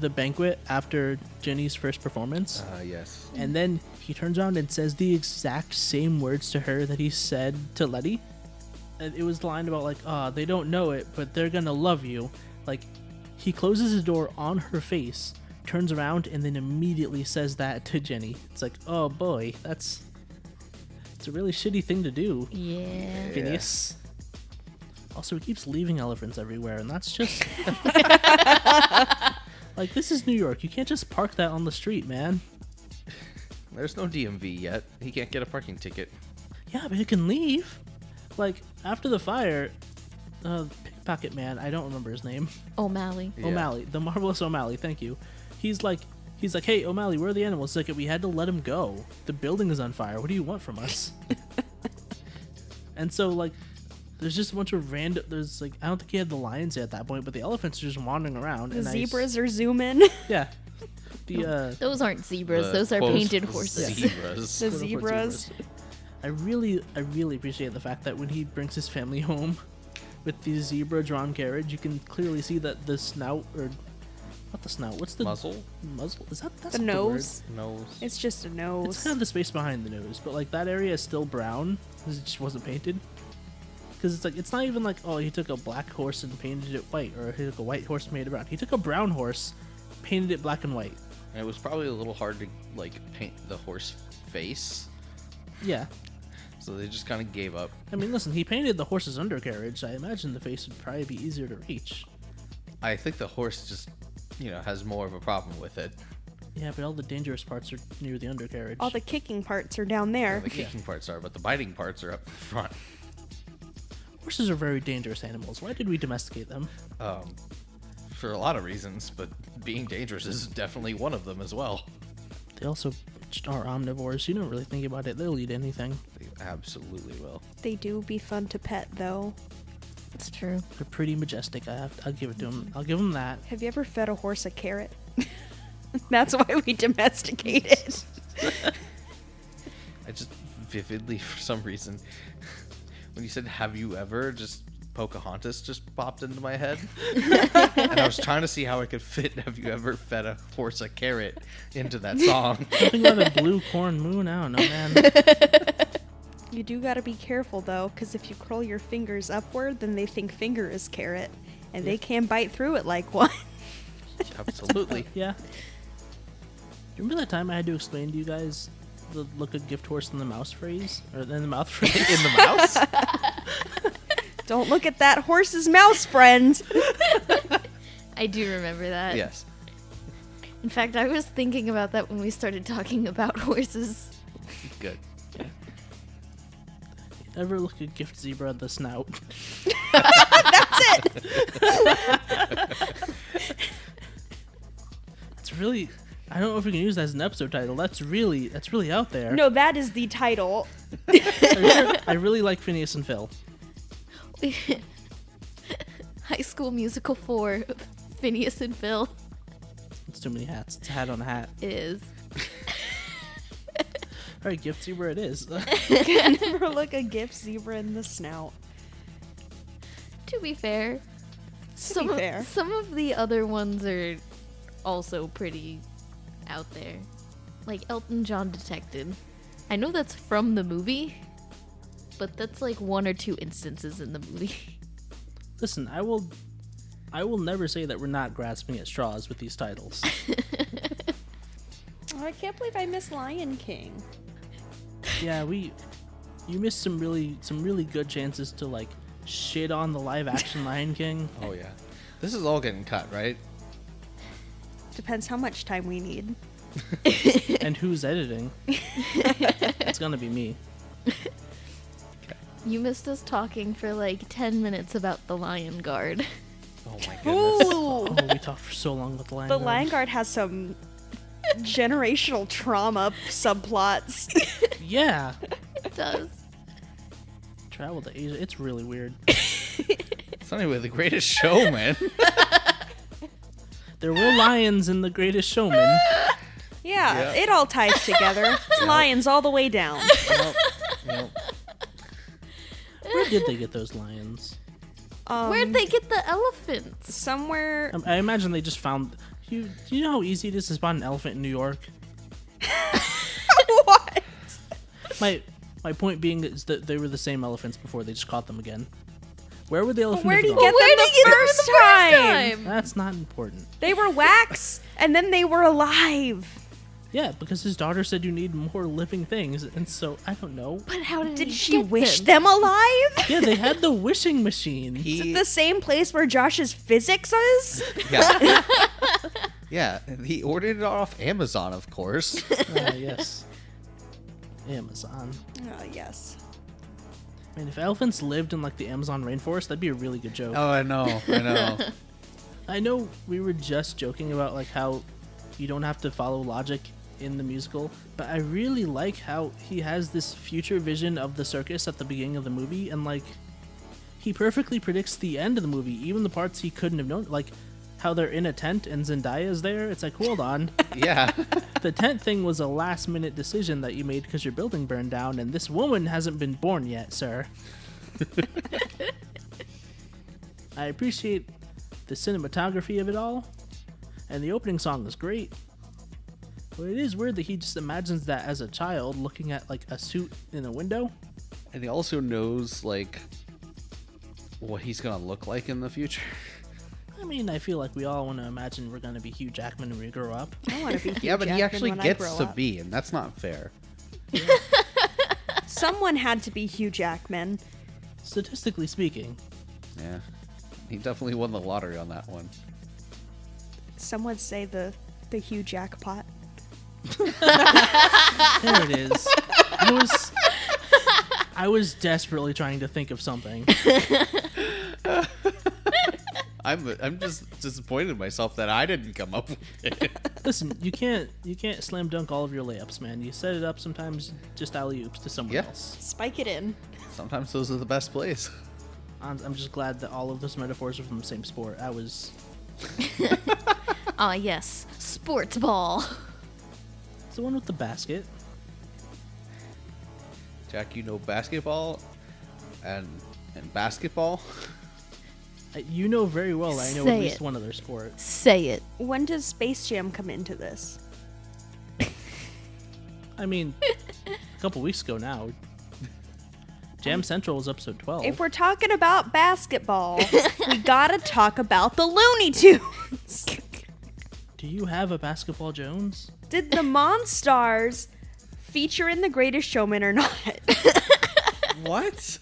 the banquet after Jenny's first performance, Ah, yes. and then he turns around and says the exact same words to her that he said to Letty. And it was the line about like, "Ah, they don't know it, but they're gonna love you." Like, he closes his door on her face, turns around, and then immediately says that to Jenny. It's like, "Oh boy, that's it's a really shitty thing to do, Yeah. Phineas." Also, he keeps leaving elephants everywhere, and that's just like this is New York. You can't just park that on the street, man. There's no DMV yet. He can't get a parking ticket. Yeah, but it can leave. Like after the fire, uh, Pickpocket Man. I don't remember his name. O'Malley. Yeah. O'Malley, the marvelous O'Malley. Thank you. He's like, he's like, hey O'Malley, where are the animals? He's like, we had to let him go. The building is on fire. What do you want from us? and so like, there's just a bunch of random. There's like, I don't think he had the lions at that point, but the elephants are just wandering around. The and I s- zebras are zooming. yeah. The uh, Those aren't zebras. The those are quote, painted horses. Zebras. the quote-unquote zebras. I really, I really appreciate the fact that when he brings his family home with the zebra-drawn carriage, you can clearly see that the snout or not the snout. What's the Muzzle? Muzzle? Is that that's The not word. nose. Nose. It's just a It's nose. kind of the space behind the nose, but like that area is still brown because it just wasn't painted. Because it's like it's not even like oh he took a black horse and painted it white, or he took a white horse and made it brown. He took a brown horse, painted it black and white. And it was probably a little hard to like paint the horse face, Yeah, so they just kind of gave up. I mean listen, he painted the horse's undercarriage. I imagine the face would probably be easier to reach. I think the horse just, you know, has more of a problem with it. Yeah, but all the dangerous parts are near the undercarriage. All the kicking parts are down there. The kicking parts are, but the biting parts are up front. horses are very dangerous animals. Why did we domesticate them? Um, for a lot of reasons, but being dangerous is definitely one of them as well. They also just are omnivores. You don't really think about it. They'll eat anything. They absolutely will. They do be fun to pet, though. It's true. They're pretty majestic. I have, I'll give it to them. I'll give them that. Have you ever fed a horse a carrot? That's why we domesticate it. I just vividly, for some reason, when you said "Have you ever?" just Pocahontas just popped into my head, and I was trying to see how I could fit "Have you ever fed a horse a carrot?" into that song. Something about a blue corn moon. I don't know, man. You do gotta be careful though, because if you curl your fingers upward, then they think finger is carrot, and they can bite through it like one. Absolutely. Yeah. Do you remember that time I had to explain to you guys the look a gift horse in the mouse phrase or in the mouth phrase? In the mouse? Don't look at that horse's mouse, friend. I do remember that. yes. In fact, I was thinking about that when we started talking about horses. Good. Ever look a gift zebra in the snout? That's it. it's really. I don't know if we can use that as an episode title. That's really. That's really out there. No, that is the title. I, really, I really like Phineas and Phil. High School Musical 4, Phineas and Phil It's too many hats. It's a hat on a hat. is. All right, gift zebra it is. Never look a gift zebra in the snout. To be fair, some, be of- fair. some of the other ones are also pretty out there. Like Elton John Detected. I know that's from the movie, but that's like one or two instances in the movie. Listen, I will I will never say that we're not grasping at straws with these titles. Oh, I can't believe I missed Lion King. yeah, we you missed some really some really good chances to like shit on the live action Lion King. Oh yeah. This is all getting cut, right? Depends how much time we need. And who's editing? it's gonna be me. You missed us talking for like 10 minutes about the Lion Guard. Oh my Ooh, Oh, we talked for so long about the Lion the Guard. Lion Guard has some generational trauma subplots. Yeah. It does. Travel to Asia. It's really weird. It's anyway the greatest showman. There were lions in The Greatest Showman. Yeah, Yeah. it all ties together. It's lions all the way down. Nope. Nope. Where did they get those lions? Um, Where'd they get the elephants? Somewhere. Um, I, I imagine they just found. You, do you know how easy it is to spot an elephant in New York? what? My my point being is that they were the same elephants before. They just caught them again. Where would the elephant? Where have did he gone? get them Where'd the he get them first the first time? time? That's not important. They were wax, and then they were alive. Yeah, because his daughter said you need more living things, and so I don't know. But how did, Did he she get wish them? them, alive? Yeah, they had the wishing machine. He, The same place where Josh's physics is? yeah. yeah, he ordered it off Amazon, of course. Ah, yes. Uh, Amazon. Oh, yes. Man, if elephants lived in like the Amazon rainforest, that'd be a really good joke. Oh, I know, I know. I know we were just joking about like how you don't have to follow logic in the musical, but I really like how he has this future vision of the circus at the beginning of the movie and like he perfectly predicts the end of the movie, even the parts he couldn't have known, like how they're in a tent and Zendaya is there. It's like, hold on. yeah, the tent thing was a last minute decision that you made because your building burned down and this woman hasn't been born yet, sir. I appreciate the cinematography of it all, and the opening song is great. But it is weird that he just imagines that as a child looking at like a suit in a window. and he also knows like what he's gonna look like in the future. I mean, I feel like we all want to imagine we're going to be Hugh Jackman when we grow up. I want to be Hugh Yeah, but he Jackman actually when I gets grow to up. be, and that's not fair. Someone had to be Hugh Jackman. Statistically speaking, Yeah, he definitely won the lottery on that one. Some would say the the Hugh Jackpot. there it is. I was I was desperately trying to think of something. I'm I'm just disappointed in myself that I didn't come up with it. Listen, you can't you can't slam dunk all of your layups, man. You set it up sometimes just alley oops to someone Yeah. else. Spike it in. Sometimes those are the best plays. I'm, I'm just glad that all of those metaphors are from the same sport. I was Ah, yes, sports ball. it's the one with the basket. Jack, you know basketball, and and basketball. Uh, You know very well that I know Say at least it. one other sport. Say it. When does Space Jam come into this? I mean, a couple weeks ago now. Jam Central was episode 12. If we're talking about basketball, we gotta talk about the Looney Tunes. Do you have a basketball Jones? Did the Monstars feature in The Greatest Showman or not? What?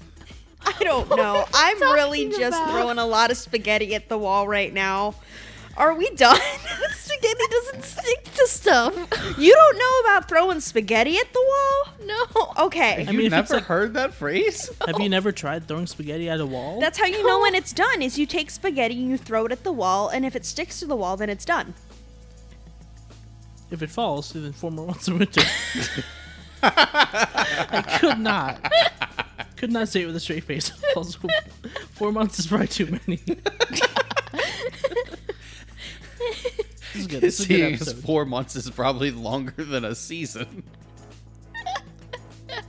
I don't know. I'm really talking just about? throwing a lot of spaghetti at the wall right now. Are we done? Spaghetti doesn't stick to stuff. you don't know about throwing spaghetti at the wall? No. Okay. You mean, if it's never like- heard that phrase? Have you never tried throwing spaghetti at a wall? That's how you know when it's done is you take spaghetti and you throw it at the wall and if it sticks to the wall then it's done. If it falls, then four more months of winter. I could not. Could not say it with a straight face. Also, four months is probably too many. this is good. This is a good Seeing as episode. four months is probably longer than a season.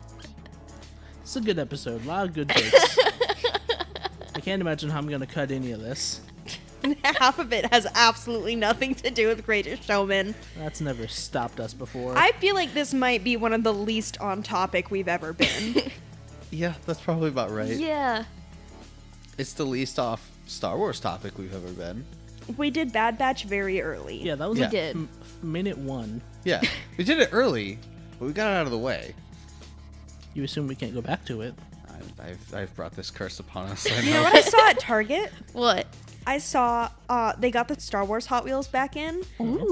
This is a good episode. A lot of good jokes. I can't imagine how I'm gonna cut any of this. And half of it has absolutely nothing to do with Greatest Showman. That's never stopped us before. I feel like this might be one of the least on topic we've ever been. Yeah, that's probably about right. Yeah. It's the least off Star Wars topic we've ever been. we did Bad Batch very early. yeah, that was We like did. m- minute one. Yeah, we did it early, but we got it out of the way. You assume we can't go back to it. I, I've, I've brought this curse upon us. I You know. know what I saw at Target? What? I saw uh, they got the Star Wars Hot Wheels back in,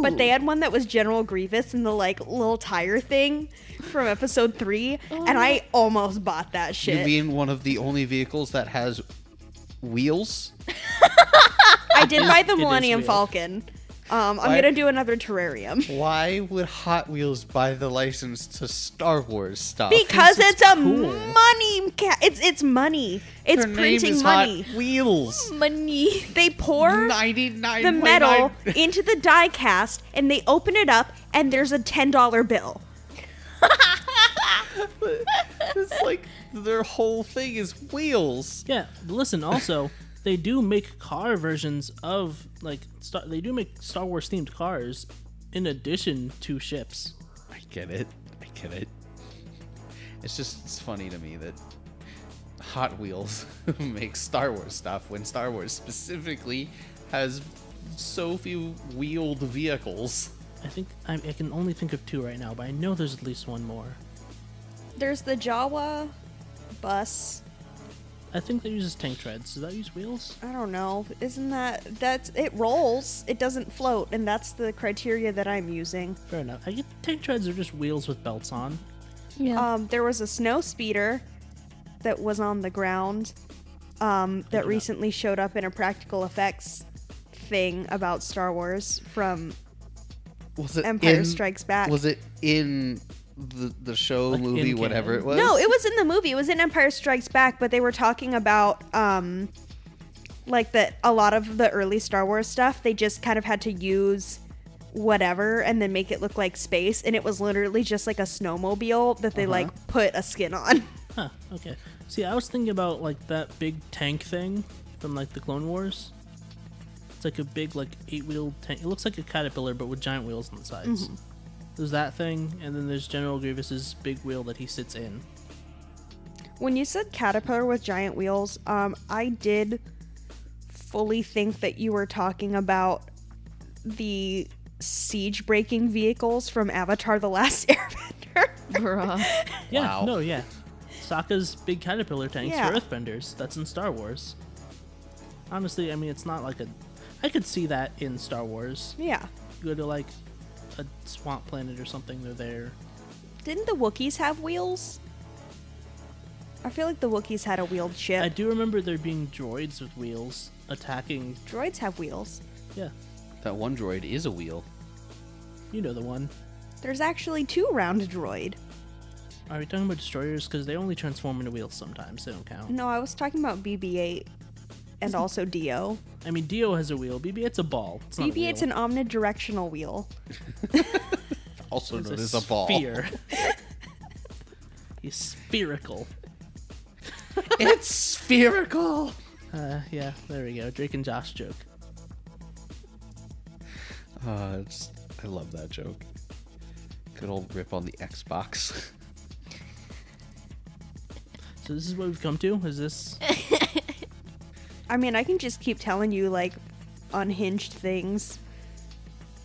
but they had one that was General Grievous and the like little tire thing from Episode Three, and I almost bought that You shit. mean one of the only vehicles that has wheels? I did buy the it is Millennium real. Falcon. Um, I'm Why- gonna do another terrarium Why would Hot Wheels buy the license to Star Wars stuff? because it's, a cool. money. Ca- it's it's money. It's Their name printing is money. Hot Wheels. Money. They pour Ninety nine. the metal into the die cast, and they open it up, and there's a ten dollar bill. It's like their whole thing is wheels. Yeah, but listen. Also, they do make car versions of like star- they do make Star Wars themed cars in addition to ships. I get it. I get it. It's just it's funny to me that Hot Wheels makes Star Wars stuff when Star Wars specifically has so few wheeled vehicles. I think I, I can only think of two right now, but I know there's at least one more. There's the Jawa bus. I think that uses tank treads. Does that use wheels? I don't know. Isn't that that's it rolls? It doesn't float, and that's the criteria that I'm using. Fair enough. I Uh, get tank treads are just wheels with belts on. Yeah. Um, there was a snow speeder, that was on the ground um, that recently showed up in a practical effects thing about Star Wars from Was it Empire in- Strikes Back. Was it in the the show, Like, movie, in whatever it canon? was? No, it was in the movie. It was in Empire Strikes Back, but they were talking about um like that a lot of the early Star Wars stuff, they just kind of had to use whatever and then make it look like space and it was literally just like a snowmobile that they like put a skin on. Huh, okay. See, I was thinking about like that big tank thing from like the Clone Wars. It's like a big like eight-wheeled tank. It looks like a caterpillar but with giant wheels on the sides. There's that thing, and then there's General Grievous's big wheel that he sits in. When you said caterpillar with giant wheels, um I did fully think that you were talking about the siege breaking vehicles from Avatar the Last Airbender. Bruh. Yeah, Wow. no, yeah. Sokka's big caterpillar tanks Yeah. for Earthbenders. That's in Star Wars. Honestly, I mean, it's not like a. I could see that in Star Wars. yeah. You go to like a swamp planet or something, they're there. Didn't the Wookiees have wheels? I feel like the Wookiees had a wheeled ship. I do remember there being droids with wheels attacking. Droids have wheels. Yeah, That one droid is a wheel. you know the one. There's actually two round droid. Are we talking about destroyers? Because they only transform into wheels sometimes. They don't count. No, I was talking about BB-8 and also Dio. I mean, Dio has a wheel. BB-8's a ball. It's not a BB-8's wheel. an omnidirectional wheel. also It's known as a ball. Sphere. He's spherical. It's spherical. Uh, yeah, there we go. Drake and Josh joke. Uh, it's, I love that joke. Good old rip on the Xbox. So this is what we've come to. Is this? I mean, I can just keep telling you like unhinged things.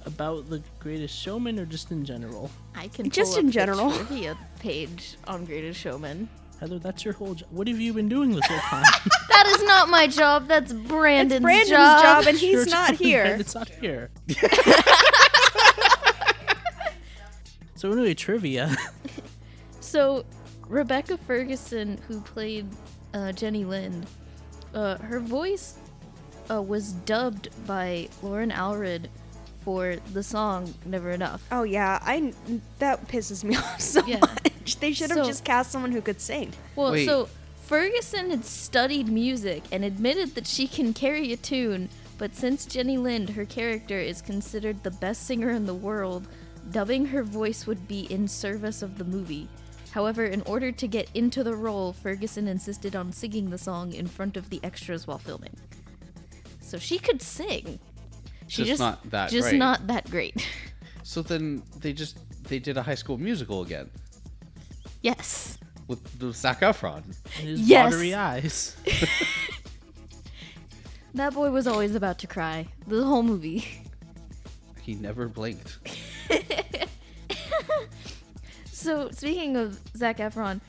about the greatest showman or just in general? I can Just pull in up the general. trivia page on Greatest Showman. Heather, that's your whole job. What have you been doing this whole time? That is not my job. That's Brandon's, It's Brandon's job. job, and Your he's not job, here. and It's not here. so anyway, trivia. So, Rebecca Ferguson, who played uh, Jenny Lind, uh, her voice uh, was dubbed by Lauren Alred for the song "Never Enough." Oh yeah, I that pisses me off so Yeah. much. They should have So- just cast someone who could sing. Well, Wait. so Ferguson had studied music and admitted that she can carry a tune, but since Jenny Lind, her character, is considered the best singer in the world, dubbing her voice would be in service of the movie. However, in order to get into the role, Ferguson insisted on singing the song in front of the extras while filming. So she could sing. She Just not that just great. not that great. so then they just they did a High School Musical again yes. with the Zac Efron. And his Yes. watery eyes. That boy was always about to cry. The whole movie. He never blinked. So speaking of Zach Efron,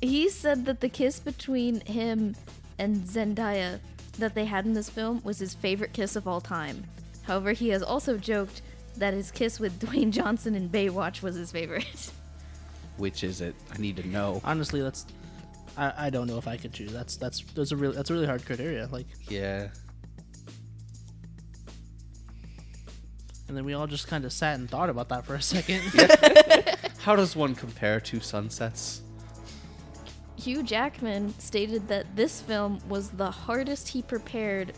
he said that the kiss between him and Zendaya that they had in this film was his favorite kiss of all time. However, he has also joked that his kiss with Dwayne Johnson in Baywatch was his favorite. Which is it? I need to know. Honestly, that's. I, I don't know if I could choose. That's that's those are really that's a really hard criteria. Like, Yeah. and then we all just kind of sat and thought about that for a second. How does one compare to sunsets? Hugh Jackman stated that this film was the hardest he prepared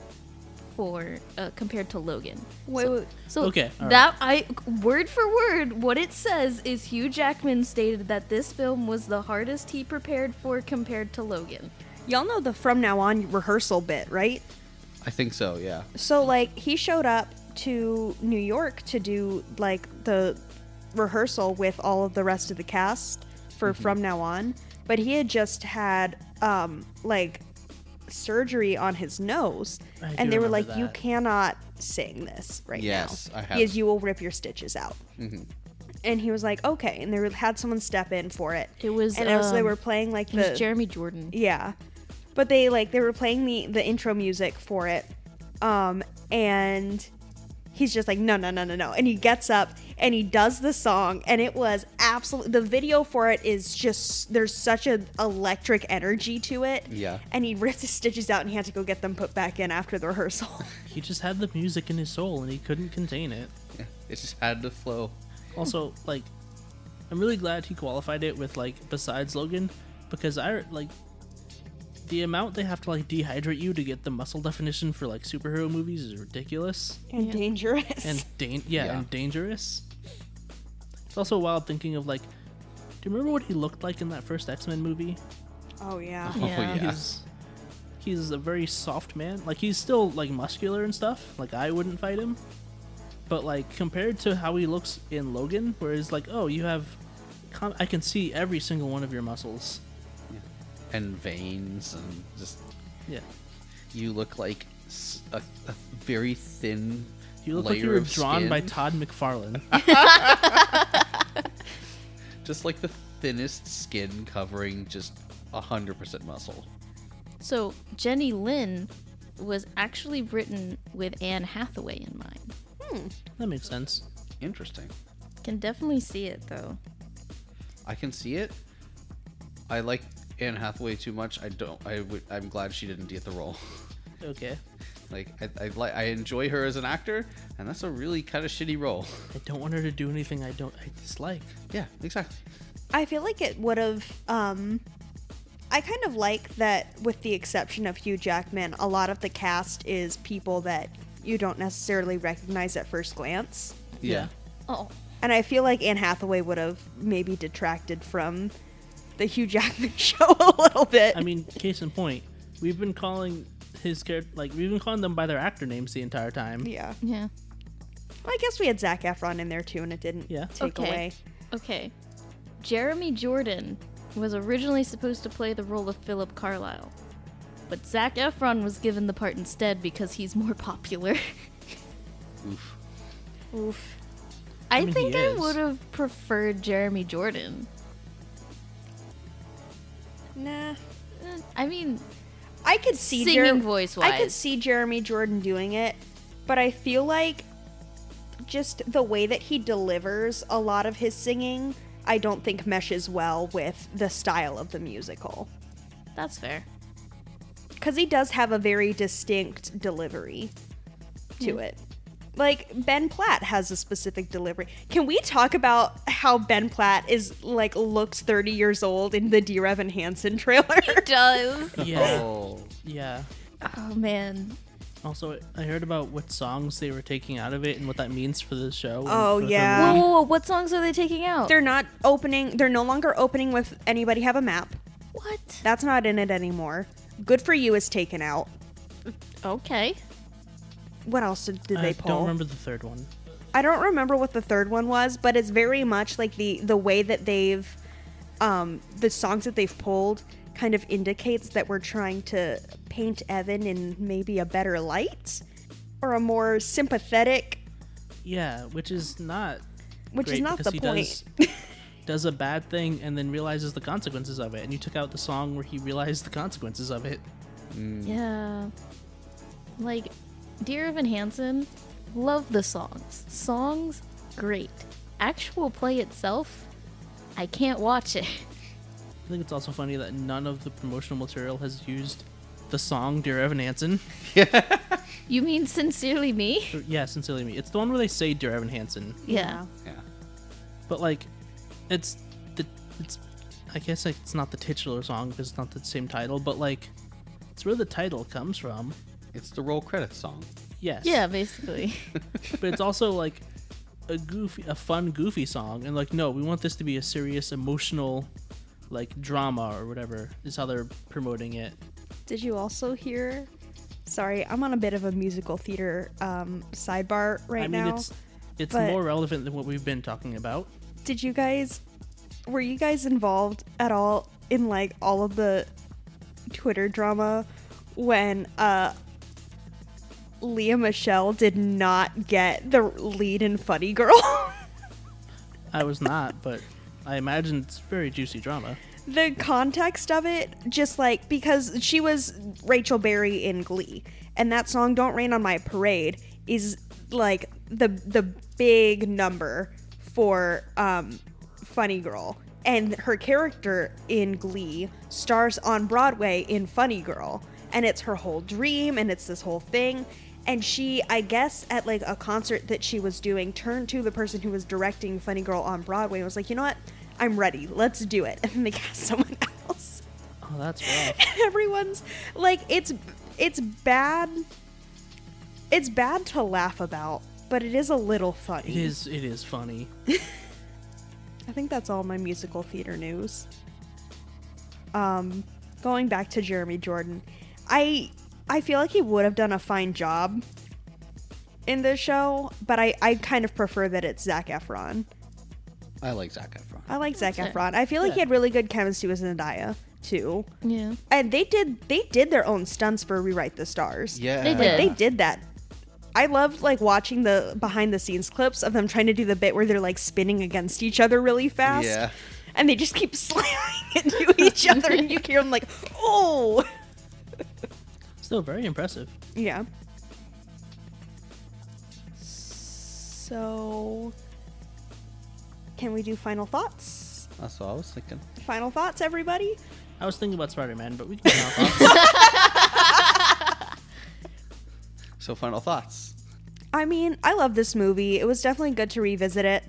for uh, compared to Logan. Wait, wait. So Okay, all right. that I word for word what it says is Hugh Jackman stated that this film was the hardest he prepared for compared to Logan. Y'all know the from now on rehearsal bit, right? I think so. Yeah. So like he showed up to New York to do like the rehearsal with all of the rest of the cast for Mm-hmm. from now on, but he had just had um like surgery on his nose I do and they were like remember you that." cannot sing this right Yes, now I have. because you will rip your stitches out. Mm-hmm. And he was like, "Okay," and they were- had someone step in for it. It was, and also they um, were playing like It was the Jeremy Jordan. yeah. But they like they were playing the the intro music for it. Um and he's just like, no, no, no, no, no. And he gets up and he does the song, and it was absolutely the video for it is just there's such an electric energy to it. Yeah. And he ripped his stitches out and he had to go get them put back in after the rehearsal. He just had the music in his soul and he couldn't contain it. Yeah, it just had to flow. Also, like, I'm really glad he qualified it with like besides Logan, because I like the amount they have to like dehydrate you to get the muscle definition for like superhero movies is ridiculous and dangerous. and dan- yeah, Yeah. and dangerous. It's also wild thinking of like, do you remember what he looked like in that first X Men movie? oh yeah. Oh, yeah. He's he's a very soft man. Like he's still like muscular and stuff. Like I wouldn't fight him. But like compared to how he looks in Logan, where it's like, oh, you have, con- I can see every single one of your muscles. And veins and just Yeah, you look like s- a, a very thin. you look layer like you were of drawn by skin. Todd McFarlane. just like the thinnest skin covering just hundred percent muscle. So Jenny Lynn was actually written with Anne Hathaway in mind. that makes sense. Interesting. Can definitely see it though. I can see it. I like Anne Hathaway too much. I don't. I would. I'm glad she didn't get the role. Okay, Like I, I like. I enjoy her as an actor, and that's a really kind of shitty role. I don't want her to do anything I don't I dislike. yeah, exactly. I feel like it would have. Um, I kind of like that, with the exception of Hugh Jackman, a lot of the cast is people that you don't necessarily recognize at first glance. Yeah. Oh, And I feel like Anne Hathaway would have maybe detracted from the Hugh Jackman show a little bit. I mean, case in point, we've been calling his character like we've been calling them by their actor names the entire time. yeah. yeah. Well, I guess we had Zach Efron in there too, and it didn't Yeah. take Okay. away. Okay. Jeremy Jordan was originally supposed to play the role of Philip Carlisle, but Zach Efron was given the part instead because he's more popular. Oof. Oof. I, mean, he think I is. would have preferred Jeremy Jordan. Nah. Eh, I mean, I could see Singing Jer- voice-wise. I could see Jeremy Jordan doing it, but I feel like just the way that he delivers a lot of his singing, I don't think meshes well with the style of the musical that's fair. because he does have a very distinct delivery Hmm. to it. Like Ben Platt has a specific delivery. Can we talk about how Ben Platt is like looks 30 years old in the Dear Evan Hansen trailer? Does. Yeah. Oh. Yeah. Oh man. Also, I heard about what songs they were taking out of it and what that means for the show. and Oh, for the yeah. Whoa, movie. whoa, whoa, what songs are they taking out? They're not opening, they're no longer opening with anybody have a map. what? That's not in it anymore. Good for you is taken out. Okay. What else did, did I they pull? don't remember the third one. I don't remember what the third one was, but it's very much like the the way that they've um, the songs that they've pulled kind of indicates that we're trying to paint Evan in maybe a better light or a more sympathetic, Yeah, which is not which great is not because the he point. does does a bad thing and then realizes the consequences of it. And you took out the song where he realized the consequences of it. Yeah. Like, Dear Evan Hansen, love the songs. Songs, great. Actual play itself, I can't watch it. I think it's also funny that none of the promotional material has used the song "Dear Evan Hansen." You mean sincerely me? Or- yeah, sincerely me. It's the one where they say "Dear Evan Hansen," Yeah. Yeah. but like, it's the it's I guess like, it's not the titular song because it's not the same title, but like, it's where the title comes from. It's the roll credits song. Yes. Yeah, basically. but it's also like a goofy a fun goofy song and like no we want this to be a serious emotional like drama or whatever is how they're promoting it Did you also hear? Sorry, I'm on a bit of a musical theater um, sidebar right i mean now. it's it's but- more relevant than what we've been talking about Did you guys were you guys involved at all in like all of the Twitter drama when uh Leah Michelle did not get the lead in Funny Girl? i was not but i imagine it's very juicy drama the context of it just like because she was Rachel Berry in Glee and that song Don't Rain on My Parade is like the the big number for um, Funny Girl, and her character in Glee stars on Broadway in Funny Girl, and it's her whole dream, and it's this whole thing. And she, I guess, at like a concert that she was doing, turned to the person who was directing Funny Girl on Broadway and was like, "You know what? I'm ready. Let's do it." And they cast someone else Oh, that's rough. everyone's like it's it's bad it's bad to laugh about but it is a little funny It is. It is funny. i think that's all my musical theater news um going back to jeremy jordan i i feel like he would have done a fine job in this show but i i kind of prefer that it's zach efron I like Zac Efron. i like zach That's fair. efron i feel like he had really good chemistry with zendaya too Yeah. and they did they did their own stunts for rewrite the stars Yeah. They did. they did that. I loved like watching the behind the scenes clips of them trying to do the bit where they're like spinning against each other really fast. Yeah. And they just keep slamming into each other and you hear them like, "Oh." Still very impressive. Yeah. So can we do final thoughts? That's what I was thinking. Final thoughts everybody? I was thinking about Spider-Man, but we can now. thoughts. So final thoughts. I mean, I love this movie. It was definitely good to revisit it.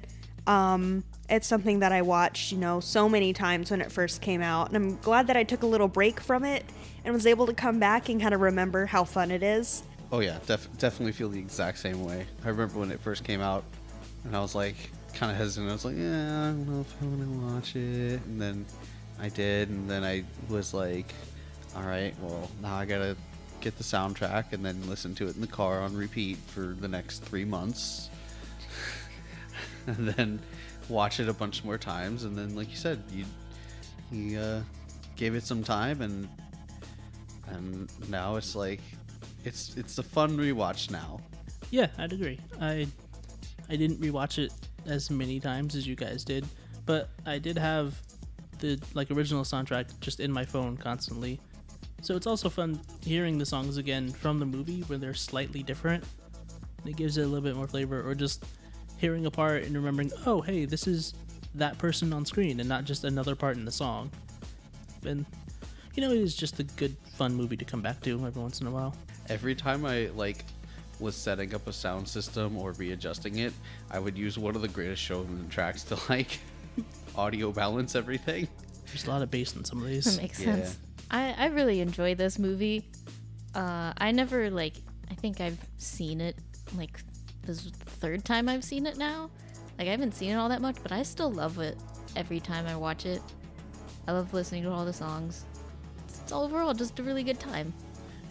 Um, it's something that I watched, you know, so many times when it first came out, and I'm glad that I took a little break from it and was able to come back and kind of remember how fun it is. Oh yeah, def- definitely feel the exact same way. I remember when it first came out, and I was like, kind of hesitant. I was like, yeah, I don't know if I want to watch it. And then I did, and then I was like, all right, well now I gotta get the soundtrack and then listen to it in the car on repeat for the next three months, and then watch it a bunch more times. And then, like you said, you you uh, gave it some time, and and now it's like it's it's a fun rewatch now. yeah, I'd agree. I I didn't rewatch it as many times as you guys did, but I did have the like original soundtrack just in my phone constantly. So it's also fun hearing the songs again from the movie where they're slightly different. And it gives it a little bit more flavor or just hearing a part and remembering, "Oh, hey, this is that person on screen and not just another part in the song." And you know, it is just a good fun movie to come back to every once in a while. Every time I like was setting up a sound system or readjusting it, I would use one of the greatest showman tracks to like audio balance everything. There's a lot of bass in some of these. That makes sense. I, I really enjoy this movie. Uh, I never like. I think I've seen it like this is the third time I've seen it now. Like I haven't seen it all that much, but I still love it every time I watch it. I love listening to all the songs. It's, it's overall just a really good time.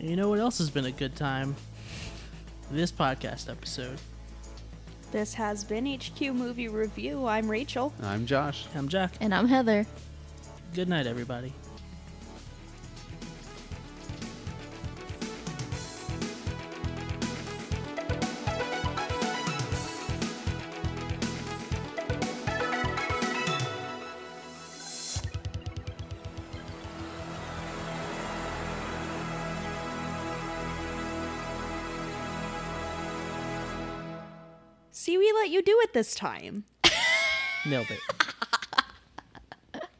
And you know what else has been a good time? This podcast episode. This has been HQ Movie Review. I'm Rachel. I'm Josh. I'm Jack. And I'm Heather. Good night, everybody. See, we let you do it this time. Nailed it.